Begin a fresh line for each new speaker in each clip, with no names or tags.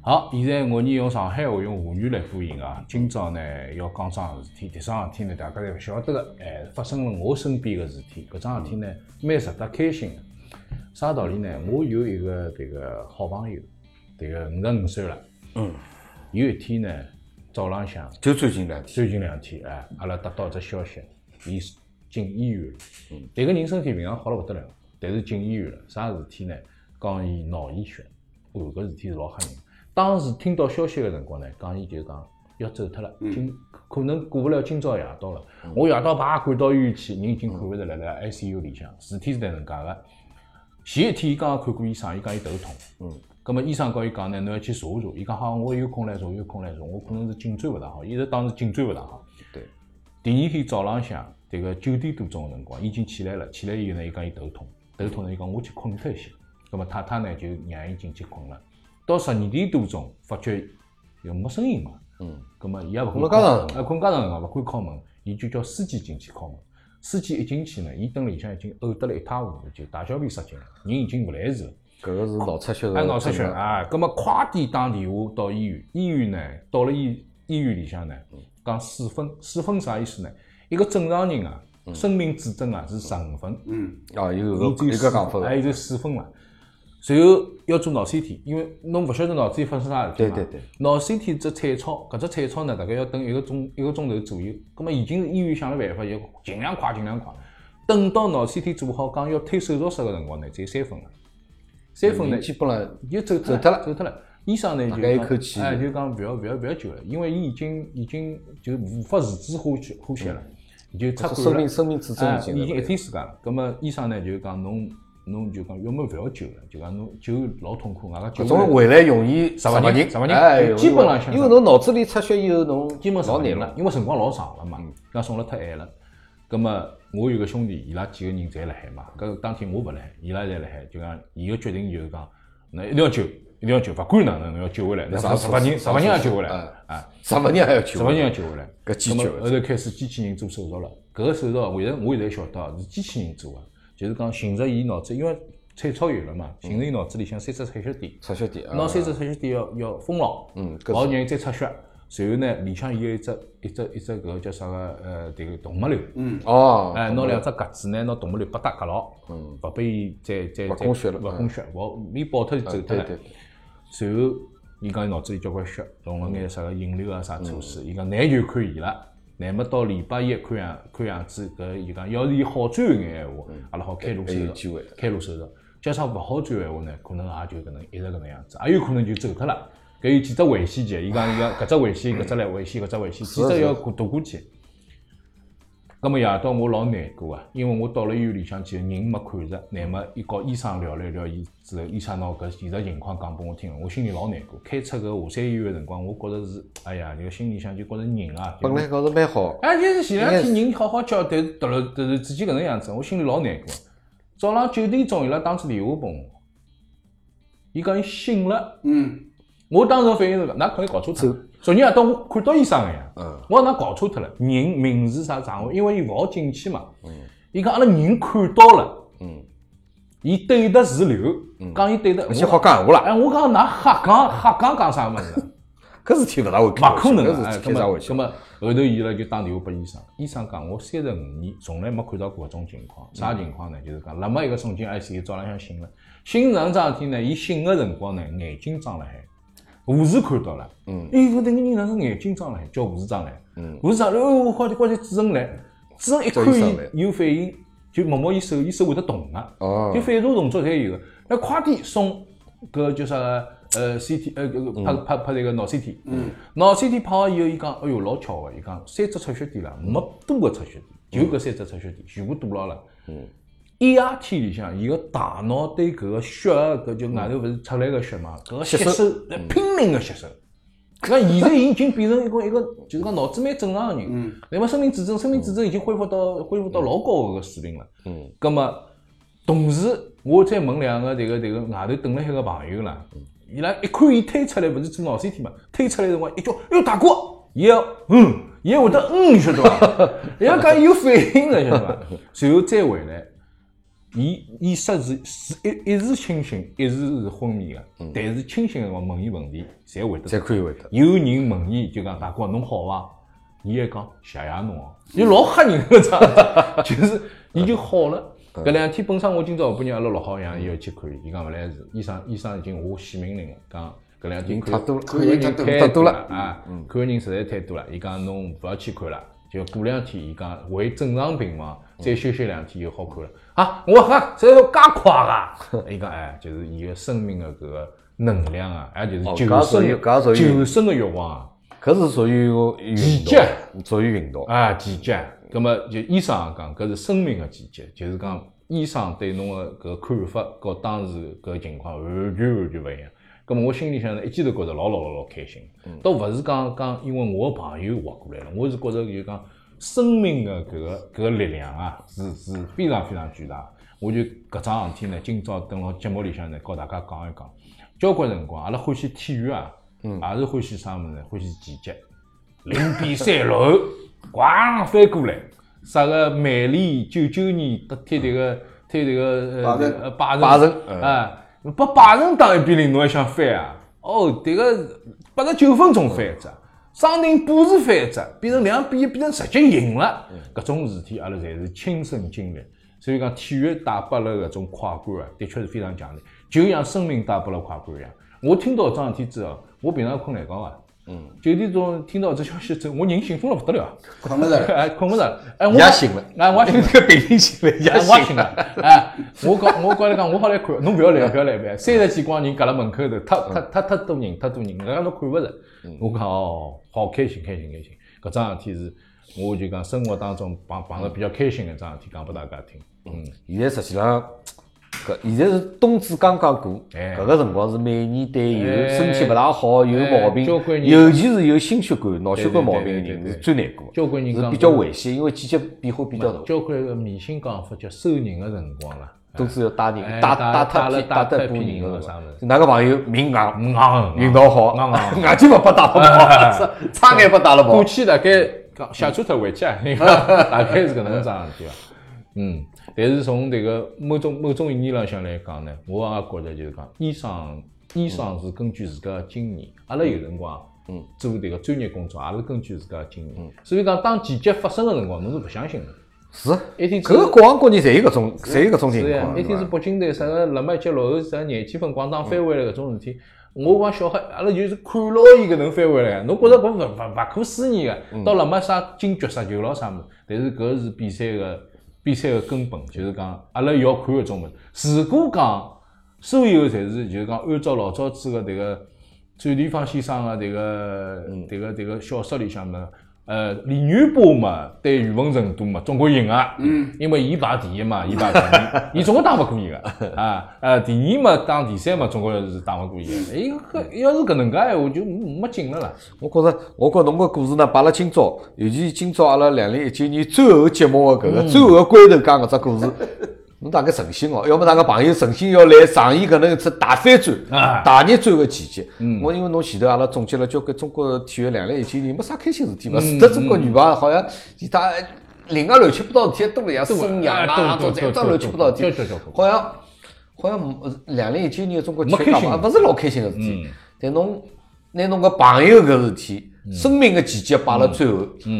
好，现在我用上海话用沪语来播音啊。今朝呢要讲桩事体，迭桩事体呢大家侪勿晓得个，哎，发生了我身边个事体。搿桩事体呢蛮值得开心个。啥道理呢？我有一个迭个好朋友，迭个五十五岁了。
嗯，
有一天呢，早浪向
就最近两天，
最近两天，哎，阿拉得到一只消息，伊是进医院了。迭个人身体平常好了勿得了，但是进医院了，啥事体呢？讲伊脑溢血，哦，搿事体是老吓人。当时听到消息个辰光呢，讲伊就讲要走脱了，今可能过勿了今朝夜到了。我夜到排赶到医院去，人已经看勿着了，辣 ICU 里向。事体是迭能介个，前一天伊刚刚看过医生，伊讲伊头痛。咁么医生告伊讲呢，侬要去查一查。伊讲好，我有空来查，有空来查。我可能是颈椎勿大好，伊是当时颈椎勿大好。
对。
第二天早浪向，迭个九点多钟个辰光，已经起来了。起来以后呢，伊讲伊头痛，头痛呢，伊讲我去困脱一歇。咁么太太呢就让伊进去困了。到十二点多钟，发觉又没声音嘛。
嗯。
咁么伊也勿
困了家长
啊，困家长辰光勿敢敲门，伊就叫司机进去敲门。司机一进去呢，伊蹲里向已经呕得了一塌糊涂，就大小便失禁了，人已经勿来事了。
搿个是脑出血
哎，
的，
脑出血啊！葛么快点打电话到医院，医院呢到了医医院里向呢，
嗯
讲四分，四分啥意思呢？一个正常人啊，生命指征啊是十五分，
嗯，啊，有
伊
个
只有
有
四
个讲法哎
还
的，
有就四分了。随后要做脑 CT，因为侬勿晓得脑子里发生啥事体嘛
对对对。
脑 CT 只彩超，搿只彩超呢，大概要等一个钟一个钟头左右。葛么已经是医院想了办法，要尽量快尽量快。等到脑 CT 做好，讲要推手术室个辰光呢，只有三分了。三分呢
嗯人，基本上
伊就走脱
走脱了
走脱了。医生呢就
哎大概一
讲
口气
哎，就讲勿要勿要勿要救了，因为伊已经已经就无法自主呼吸呼吸了，
嗯
伊就插管
生
了
命。生命之
哎
中已
已
经
经一天时间了。葛么医生呢就讲侬侬就讲要么勿要救了，就讲侬救老痛苦，外加救
搿
不
种
了
回来容易
十万人
人，
十万人
哎，
就基本上像
因为侬脑子里出血以后，侬
基本上
老难
人
了，嗯
因为辰光老长了嘛，那送了太晚了。葛么我有个兄弟，伊拉几个人侪辣海嘛，搿当天我勿辣海，伊拉侪辣海，就讲伊个决定就是讲，侬一定要救，一定要救，勿管哪能侬要救回来，那
上
十十八人十八人也救回来
哎
啊。
十万人还要救，
十八人要救回来，
搿机器
那
人
么后头开始机器人做手术了。搿个手术啊，现在我现在晓得啊是机器人做个，就是讲寻着伊脑子，因为彩超有了嘛，寻着伊脑子里向三只彩血点，
出血点嗯啊，
拿三只彩血点要要封牢，
嗯搿是
然后让伊再出血。随后呢，里向伊有一只一只一只搿个叫啥个呃，迭个动脉瘤，
嗯哦，
哎，拿两只格子呢，拿动脉瘤把它夹牢，嗯，勿拨伊再再
勿
再
供血了嗯啊
勿供血，勿伊爆脱就走脱
对
了
对。对，
随后，伊讲伊脑子里交关血，弄了眼啥个引流啊啥措施。伊讲难就看伊了，乃末到礼拜一看样看样子，搿伊讲要是伊好转一眼闲话，阿拉好开颅手
还有机
术
会，
开颅手术。加上勿好转闲话呢，可能也就搿能一直搿能样子，也哎有可能就走脱了。搿有几只危险节，伊讲伊讲搿只危险，搿只来危险，搿只危险，几
的
只
是
要过渡过去。葛末夜到我老难过啊，因为我到了医院里向去，人没看着，乃末伊告医生聊了一聊，伊之后医生拿搿现实情况讲拨我听，我心里老难过。开出搿华山医院个辰光，我觉着是，哎呀，就心里向就觉着人啊，就
本来搞得蛮好，
哎，就是前两天人好好叫，但是突然突然之间搿能样子，我心里老难过。早浪九点钟，伊拉打起电话拨我，伊讲伊醒了。
嗯，
我当时反应是讲，㑚可能搞错脱了。昨天夜到我看到医生个呀，
嗯
我讲㑚搞错脱了，人名字啥账号，因为伊勿好进去嘛。伊讲阿拉人看到了，
嗯，
伊对得是流，讲伊对得。
而且好讲闲话啦，
哎，我讲㑚瞎讲瞎讲讲啥物事啊？
搿事体勿大会开
勿
玩
可
笑，
能的
搿
哎
事
葛
体开啥
么葛
玩笑？
么后头伊拉就打电话拨医生，医生讲我三十五年从来没看到过搿种情况，啥情况呢？就是讲辣么一个送进 ICU 早浪向醒了，醒上桩事体呢，伊醒个辰光呢，眼睛张辣海，护士看到了，嗯，哎，搿迭个人哪能眼睛张辣海？叫护士张来，嗯，护士张来，哦，我快点快点主任来，主任一
叫
看
医生来
伊有反应，就摸摸伊手，伊手会得动个、
哦
就，反射动作侪有个。那快点送搿叫啥个呃 CT 呃搿个拍拍拍那个脑 CT，脑 CT 拍好以后，伊讲哎哟老巧个，伊讲三只出血点了，没多个出血点，就搿三只出血点全部堵牢了。一夜天里向，伊个大脑对搿个血啊，搿就外头勿是出来个血嘛，搿个吸
吸收
收来拼命个吸收。搿现在已经变成一个一个，就是讲脑子蛮正常个人。那么生命指征，生命指征已经恢复到恢复到老高个水平了。
嗯，
葛么同时我再问两个迭个迭个外头等了海个朋友啦，伊拉一看伊推出来，勿是做脑 CT 嘛，推出来的辰光一叫，哟大哥，伊要嗯，伊还会得嗯，晓得伐？人家讲伊有反应了，晓得伐？随后再回来，伊意识是是一一时清醒，一时是昏迷个，但是清醒个辰光问伊问题，侪会得
才可以会得。
有人问伊，就讲大哥侬好伐？伊还讲谢谢侬哦，伊老吓人个状态， 就是伊就好了。搿两天本身我今朝下半日阿拉六号爷伊要去看，伊讲勿来事，医生医生已经下死命令了，讲搿两天看
太多了
看的人
太多
太
太多了
啊，
嗯
看的人实在太多了。伊讲侬勿要去看了，就过两天伊讲回正常病房，
嗯
再休息两天就好看了。啊，我讲这要介快啊！ 伊讲哎，就是伊个生命的搿个能量啊，也就是
哦
求
搿属
生
于搿
的
属于
求生的欲望啊。
搿是属于运
极
动，属于运动。
啊，奇迹。葛末就医生也讲，搿是生命个奇迹，就是讲医生对侬个搿看法和当时搿情况完全完全勿一样。葛末我心里向呢，一记头觉着老老老老开心，倒勿是讲讲因为我个朋友活过来了，我是觉着就讲生命个搿个搿个力量啊，是是非常非常巨大。我就搿桩事体呢，今朝等辣节目里向呢，和大家讲一讲。交关辰光，阿拉欢喜体育啊，也是欢喜啥物事呢？欢喜奇迹。零比三落后，咣翻过来，啥个曼联九九年得踢迭个踢迭个
拜仁
呃拜仁
拜仁嗯
啊，把拜仁打一比零，侬还想翻啊？哦，迭个八十九分钟翻一只，伤停补时翻一只，变成两比一，变成直接赢了。
嗯
搿种事体阿拉侪是亲身经历，所以讲体育带拨了搿种快感啊，的确是非常强烈，就像生命带拨了快感一样。我听到搿桩事体之后，我平常困懒觉啊。
嗯
九点钟听到这消息之后，我人兴奋了不得 了，
困勿着了，
哎，困不着了，哎，我
也醒了，
哎，我也醒了，
个北京醒了，
哎我也醒了， 哎，我讲，我讲来讲，我好来看，侬不要来，不要来，不要来，三十几光人隔辣门口头，太太太太多人，太多人，人家侬看勿着，我讲哦，好开心，开心，开心，搿桩事体是，我就讲生活当中碰碰着比较开心的一桩事体，讲拨大家听，嗯，
现在实际上，搿现在是冬至刚刚过，
哎
搿个辰光是每年对有
哎
身体勿大好、有
哎
毛病
交关，人
尤其是有心血管、脑血管毛
对
病的
对对对
人
对
是最难过，
交关人
是
讲
比较危险，因为季节变化比较大，
交关个迷信讲法叫收人的辰光啦，
都是要带
哎
人带
带带
带脱
了
皮
带
带脱
脱
皮
皮
人
人
个
了啥物事嗯
哪个朋友命硬，
硬硬
运道好，
硬 硬
眼睛勿拨打了
哎
跑， 差眼拨打了
过
跑。
去大概讲下车头回去啊，大概是搿能桩事体伐？嗯，但是从迭个某种某种意义浪向来讲呢，我也觉着就是讲，医生医生是根据自家的经验，阿拉有辰光。嗯，做迭个专业工作也是根据自家的经验，所以讲当奇迹发生个辰光，侬是勿相信的。
是，
一天
搿个各行各业侪有搿种，侪有搿种情
是呀，
况。
一天是
是吧
北京队啥个辣麦节落后啥廿几分广场翻回来搿种事体，
嗯
我讲小黑，阿拉就是看牢伊搿能翻回来，侬觉着搿勿勿勿可思议个，
嗯
到辣麦啥进决赛球咯啥物事，但是搿是比赛个比赛个根本，就是讲阿拉要看搿种物事。如果讲所有侪是就是讲按照老早子个迭个展地方先生个迭个
嗯
迭个迭个小说里向呢。呃，李元波嘛，对语文程度嘛，总归赢啊。嗯，因为伊排第一嘛，伊排第二， 伊总归打勿过伊个啊。呃，第二嘛，打第三嘛，总归是打勿过伊个。伊
嗯
搿要是搿能介闲话，就没没劲了啦。
我觉着，我觉侬个故事呢，摆辣今朝，尤其今朝阿拉两零一九年最后节目个搿个最后个关头讲搿只故事， 侬大概诚心哦，要么哪个朋友诚心要来上演搿能一只大翻转
啊、
大逆转个奇迹。我因为侬前头阿拉总结了交关中国体育两零一九年没啥开心事体嘛，除脱中国女排，好像其他另外乱七八糟事体也多了呀，孙杨
啊
啊，
对
种
对
这种乱七八糟
对
事
对对
体
对对，
好像好像两零一九年中国体
没
育
开
界
心
嘛，勿是老开心个事体。但侬拿侬个朋友搿事体，生命个奇迹摆辣最后，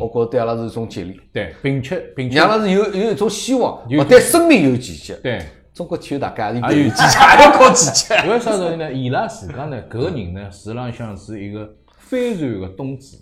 我觉着对阿拉是一种激励，
对，并且并且
让，阿拉是有有一种希望，
有一
勿对生命有奇迹。
对，
中国体育大家
还有奇迹
还要搞奇迹。
为啥道理呢？伊拉自家呢，搿个人呢，实际浪向是一个帆船个东主，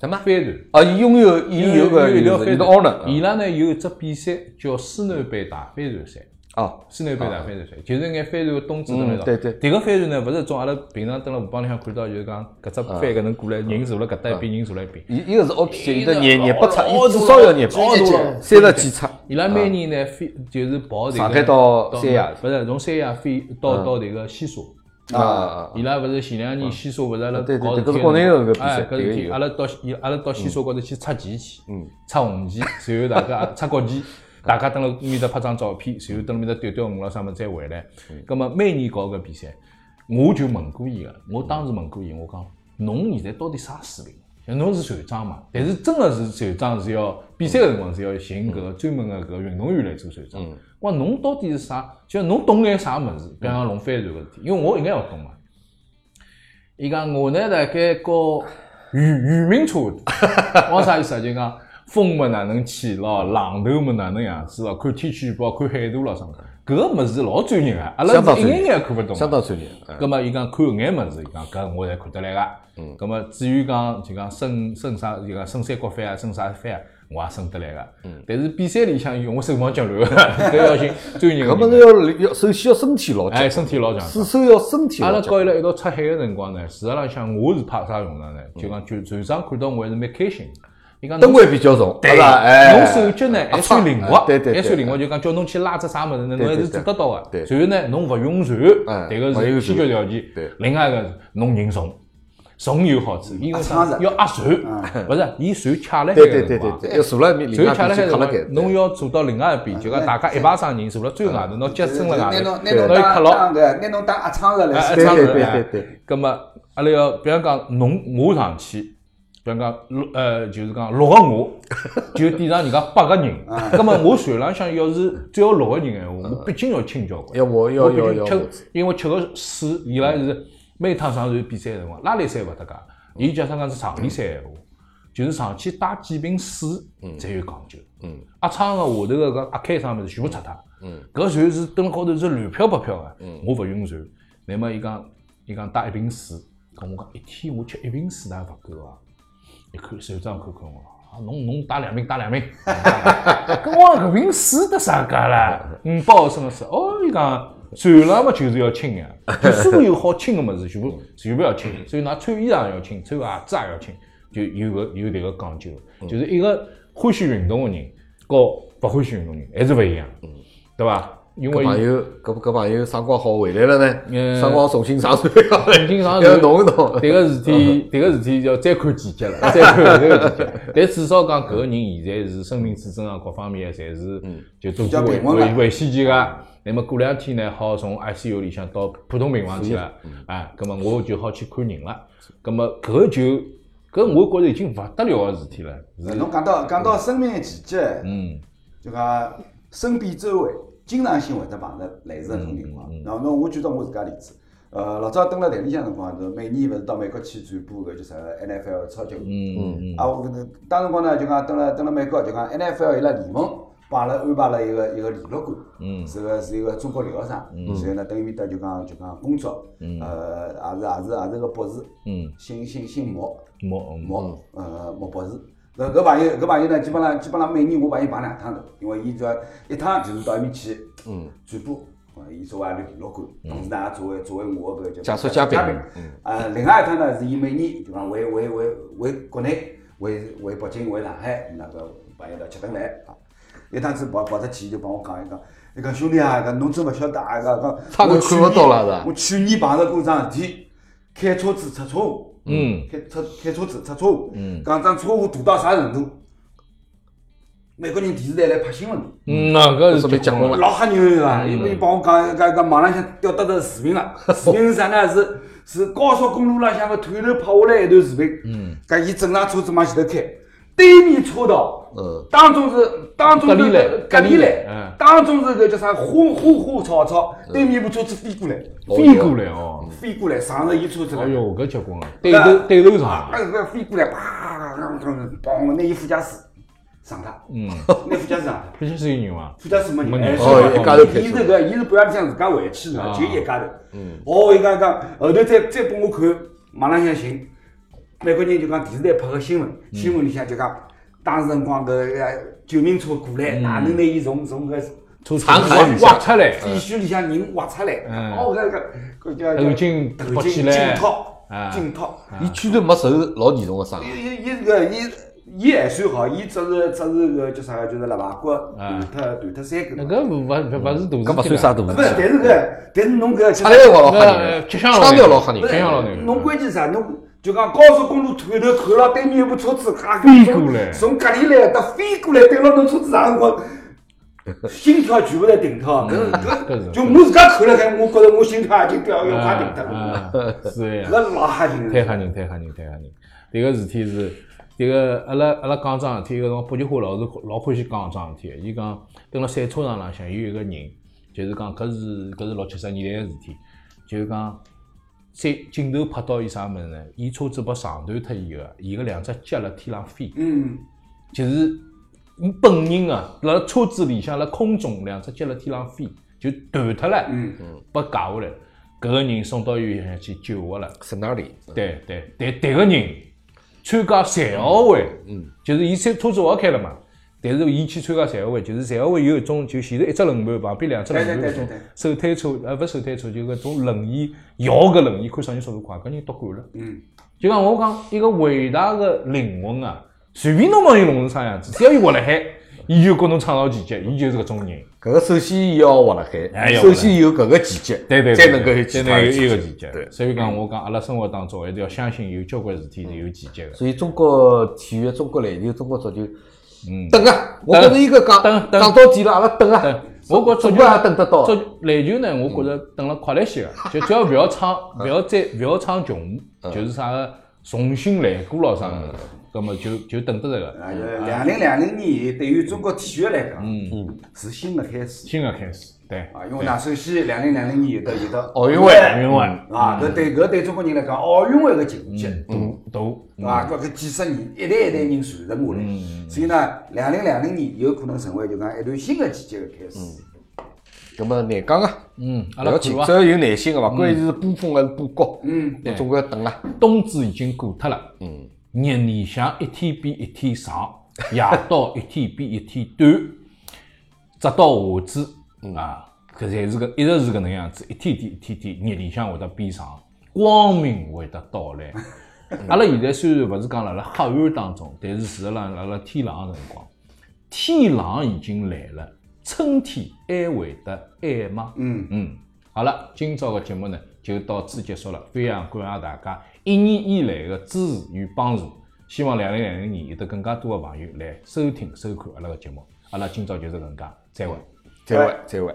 什么
帆船。
啊，伊拥有伊有个
一条
有
黑
个
船
honor
伊拉呢有一只比赛叫斯诺贝大帆船赛。
啊，
室内帆船、帆船赛，就是眼帆船个东子的那种。
嗯对对
迭个帆船呢，勿是种阿拉平常蹲辣河浜里向看到，就是讲搿只
啊
帆搿能过来，人坐辣搿搭一边，人坐辣一边。
伊伊个是 OPC，伊得廿
哦
廿八尺，
哦
伊至少要廿
哦
八
哦
尺
哦，
三十几尺。
伊拉每年呢飞就是跑迭个
啊上海到三亚
勿是从三亚飞到到迭个西沙。
啊啊，
伊拉勿是前两年西沙勿是阿拉
对对
搞
对搿是
体的
国内
嘛
的搿比赛
哎搿
迭
事
个
体，
有嗯
阿拉到伊阿拉到西沙高头去插旗去，插红旗，然后大家插国旗，大家蹲辣面搭拍张照片，然后蹲辣面搭钓钓鱼咯啥物事再回来。
嗯
葛末每年搞搿比赛，我就问过伊个，我当时问过伊，我讲侬现在到底啥水平？侬是船长嘛，但是真个是船长是要比赛个辰光是要寻搿个
嗯
专门个搿个运动员来做船长。我讲侬到底是啥？就侬懂眼啥物事？比方讲龙帆船搿事体，因为我应该要懂嘛。伊讲我呢大概 和渔渔民差勿多， 我啥意思啊？就讲风么哪能起咯，浪头么哪能样子咯，看天气预报，看海图咯啥么，搿个物事老专业个，啊阿
相
拉
当
是一
专业
眼眼也看勿懂的。啊
相当专业。嗯
葛末伊讲看搿眼物事，伊讲搿我侪看得来个。嗯。葛末至于讲就讲升升啥，就讲升三角帆啊，升啥帆啊，我也升得来个。嗯。但是比赛里向用我手忙脚乱 个，搿要寻专业个
搿么
人。
是要要首先要身体牢
哎，
健，
身体老强。
至少要身体
阿
牢
拉
健。
跟伊拉一道出海个辰光呢，事实浪向我是派啥用场呢？就讲船船长看到我还是蛮开心的。伊讲侬
灯光比较重，
嗯
对
对
吧？哎，啊
侬手脚呢还算灵活，
对对
还
对
算灵活，就讲叫侬去拉只啥物事呢，侬
对
还
对
是做得到个。
对
然后呢，侬勿用船，
哎
迭个
勿用
是先
船
决条件
对。
另外一个是侬人重，重有好处，因
啊
为
撑
啥
着
要压船， 勿是伊船卡辣海
嗯对对
个辰
对对
光。
对，要坐辣面，另
船
外
卡辣海
边
个辰
就卡辣
光
盖。，
侬要坐到另外一边，就讲大家一排生人坐辣最外头，侬脚伸辣
拿
外头，
侬拿
侬
侬
一磕
当
牢
当，个，拿侬当压舱个来
哎
使
对
差
对
不
对
多
对
哎
对。
咁么，阿拉要，比方讲，侬我上去，比方讲六，呃，就是讲六个我， 就抵上人家八个人。咁么，我船浪向要是只有六个人闲话，我毕竟要清交关。
要我要
我毕
要
竟
要
吃
我，
因为吃个水，伊拉是每趟上船比赛个辰光，拉力赛勿搭界，伊假使讲是长力赛闲话，就是上去带几瓶水，才有讲究。
嗯，
压舱个下头个搿压开啥物事全部拆脱。
嗯，
搿船是蹲辣高头是乱飘白飘个。嗯，我勿晕船。乃末伊讲，伊讲带一瓶水，跟我讲一天我吃一瓶水哪勿够啊？一看手账看看我，啊，侬侬打两瓶，打两瓶。 搿我搿瓶水得啥价啦？嗯五百毫升的水，哦，伊讲算了嘛，就是要清个，就所有好清个物事全部全部要清，所以㑚穿衣裳要清，穿鞋子也要清，就有个有迭个讲究，就是一个欢喜运动个人，和勿欢喜运动人还是勿一样，对伐？因
搿
为
朋友，搿搿朋友啥辰光好回来了呢？
呃
啥辰光重新上船要来？
重新上
要
船
弄一弄。
迭个事
嗯
体，迭个事体要再看季节了， 再看迭个季节。但至少讲，搿个人现在是生命体征啊，各方面侪是
嗯
就逐
较
步
平
回
稳了
回回先期个。啊那么过两天呢，好从 ICU 里向到普通病房去了，
嗯
啊，葛么我就好去看人了。葛么搿就搿我觉着已经勿得了个事体了，是
呃侬讲到讲到生命的奇迹，
嗯，
就讲身边周围经常性会得碰着类似搿种情
嗯
况。然后喏，我举到我自家例子，呃，老早蹲辣台里向辰光，就每年勿是到美国去转播搿叫啥 NFL 的超级碗。
嗯
啊，我搿能当辰光呢，就讲蹲辣蹲辣美国，就讲 NFL 伊拉联盟帮阿拉安排了一个一个联络馆，嗯，是个是一个中国留学生，嗯，所以呢，等伊面搭就讲就讲工作，嗯，呃，也是也是也是个博士，
嗯，
姓姓姓莫
莫
莫，呃莫博士。搿搿朋友，搿朋友呢，基本上基本上每年我帮伊碰两趟头，因为伊主要一趟就是到埃面去，嗯，转播，呃，伊作为阿拉联络官，
嗯
同时呢也作为作为我搿个就
解说嘉
嘉
宾
宾，啊，另外一趟呢，是伊每年就讲回回回回国内，回回北京，回上海，那个朋友一道吃顿饭啊。一趟子跑跑出去就帮我讲一讲，伊讲兄弟啊，讲侬真勿晓得啊，讲讲
差点
我去
看不到了
年
是吧
我去年碰着过桩事体，开车子出车祸，
嗯，
开出开车子出车祸，讲桩车祸大到啥程度？美国人电视台来拍新闻，
嗯，那搿是
说明结棍了
老吓人个，
嗯
伊伊帮我讲讲讲网浪向调得着视频了，视频是啥呢？是是高速公路浪向个探头拍下来一段视频。嗯，讲伊正常车子往前头开，对面车道，
嗯，
当中是当中
隔离栏
是隔离
嗯
栏，当中是个叫啥花花花草草，对面一部车子飞过来，
飞过来哦，
飞过来上着伊车子了
哎。哟，搿结棍了，对头对头上
啊，，个飞过来，啪，砰，拿伊副驾驶上他，
嗯，
拿副驾驶上他。
毕竟是有啊人伐？
副驾驶没
没
人，
人
哎，
哦
是吧
一家头开
伊
车
是个，伊是半夜里向自家回去
啊
的，就一家头。嗯。哦，伊讲讲，后头再再拨我看，网浪向寻，美国人就讲电视台拍个新闻，
嗯
新闻里向就讲，当时辰光搿个救命车过来，哪能拿伊从从搿
嗯从
残
从
骸
挖
里
挖
向
出来，
嗯
废墟里向人挖出来，
嗯
哦，搿个搿叫
头巾
头
包
巾
起来
颈套
啊，
颈套。
伊居然没受老严重的伤害。
伊伊伊是个伊伊还算好，伊只是只是个叫啥个，就是肋排骨断脱断脱三根
那
嘛。
搿勿勿勿嗯是大事体
搿
啦
勿算啥大
不是
事，体，
但是个，但是侬搿
出来辰光老吓
那
人，
吃香
腔调老吓
不
人
是。想要了那个
侬关键啥？侬就讲高速公路探头看了对面有部车子，哈
飞过来
从隔离来的飞过来，对牢侬车子啥辰光？心跳全部在顶头，搿
搿是
搿就我自家看了海，我觉着我心跳已经掉要快顶脱了，
啊，啊是这样
搿。老吓人
太吓
了。
人，太吓人，太吓人！迭个事体是，迭个阿拉阿拉讲桩事体，搿辰光北极花老是老欢喜讲桩事体的。伊讲蹲辣赛车场浪向有一个人，就是讲搿是搿是六七十年代个事体，就是讲赛镜头拍到伊啥物事呢？伊车子被撞断脱以后，伊个两只脚辣天浪飞，
嗯，
就是伊本人啊，辣车子里向辣空中两只脚辣天浪飞，就断脱了，
嗯，
被解下来了。搿个人送到医院去救活了。
是哪里？
对对，但迭个人参加残奥会，嗯，就是伊车车子勿好开了嘛，但是伊去参加残奥会，就是残奥会有一种就前头一只轮盘，旁边两只轮盘
对
搿
对对
种
对对
手推车，呃，勿是手推车，就搿种轮椅摇搿轮椅，看啥人速度快，搿人夺冠了。
嗯，
就讲我讲一个伟大的灵魂啊，随便侬帮伊弄成啥样子，只要伊活辣海，伊就给侬创造奇迹，伊就是搿种人。
搿个首先要活辣
哎
海，
要活
首
辣海
先有搿个奇迹，
对对，
才能够有
才
其
能
他
有
的
一个
奇
奇
迹
迹。。
对，
所以讲我讲阿拉生活当中还是要相信有交关事体是有奇迹的。
所以中国体育、中国篮球、中国足球，
嗯
等啊！我觉着应该讲
等等
讲到底了，阿拉等啊
等！我觉着足球
总归也等得到
足。篮球呢，我觉着等了快乐些个，就只要勿要唱，勿要再勿要唱穷，就是啥个重新来过咯啥个，葛么就就等得着
啊，
个
两零两零年对于中国体育来讲，嗯，是新的开始
新个开始，对，
啊，因为呢，首先两零两零年有得有得
奥运会
奥运会
啊，搿对搿对中国人来讲，奥运会个情节，
嗯，都
对伐？搿搿几十年一代一代人传承下来，所以呢，两零两零年有可能成为就讲一段新的季节的开始。
葛么难讲啊，
嗯，阿
勿
拉看
要
嗯
紧，
伐
只，要有耐心个，勿管是波峰还是波谷，
嗯，
对
总归要等啊。
冬至已经过脱了，嗯，日里向一天比一天长，夜到一天比一天短，直到夏至啊，搿侪是搿一直是搿能样子，一天天一天天，日里向会得变长，光明会得到来。阿拉现在虽然勿是讲辣辣黑暗当中，但是事实上辣辣天冷个辰光，天冷已经来了，春天还会得爱吗？
嗯
嗯，好了，今朝个节目呢就到此结束了，非常感谢大家一年以来的支持与帮助，希望两零两零年有得更加多的朋友来收听收看阿拉个节目，阿拉今朝就是搿能介，再会。
再会，再会。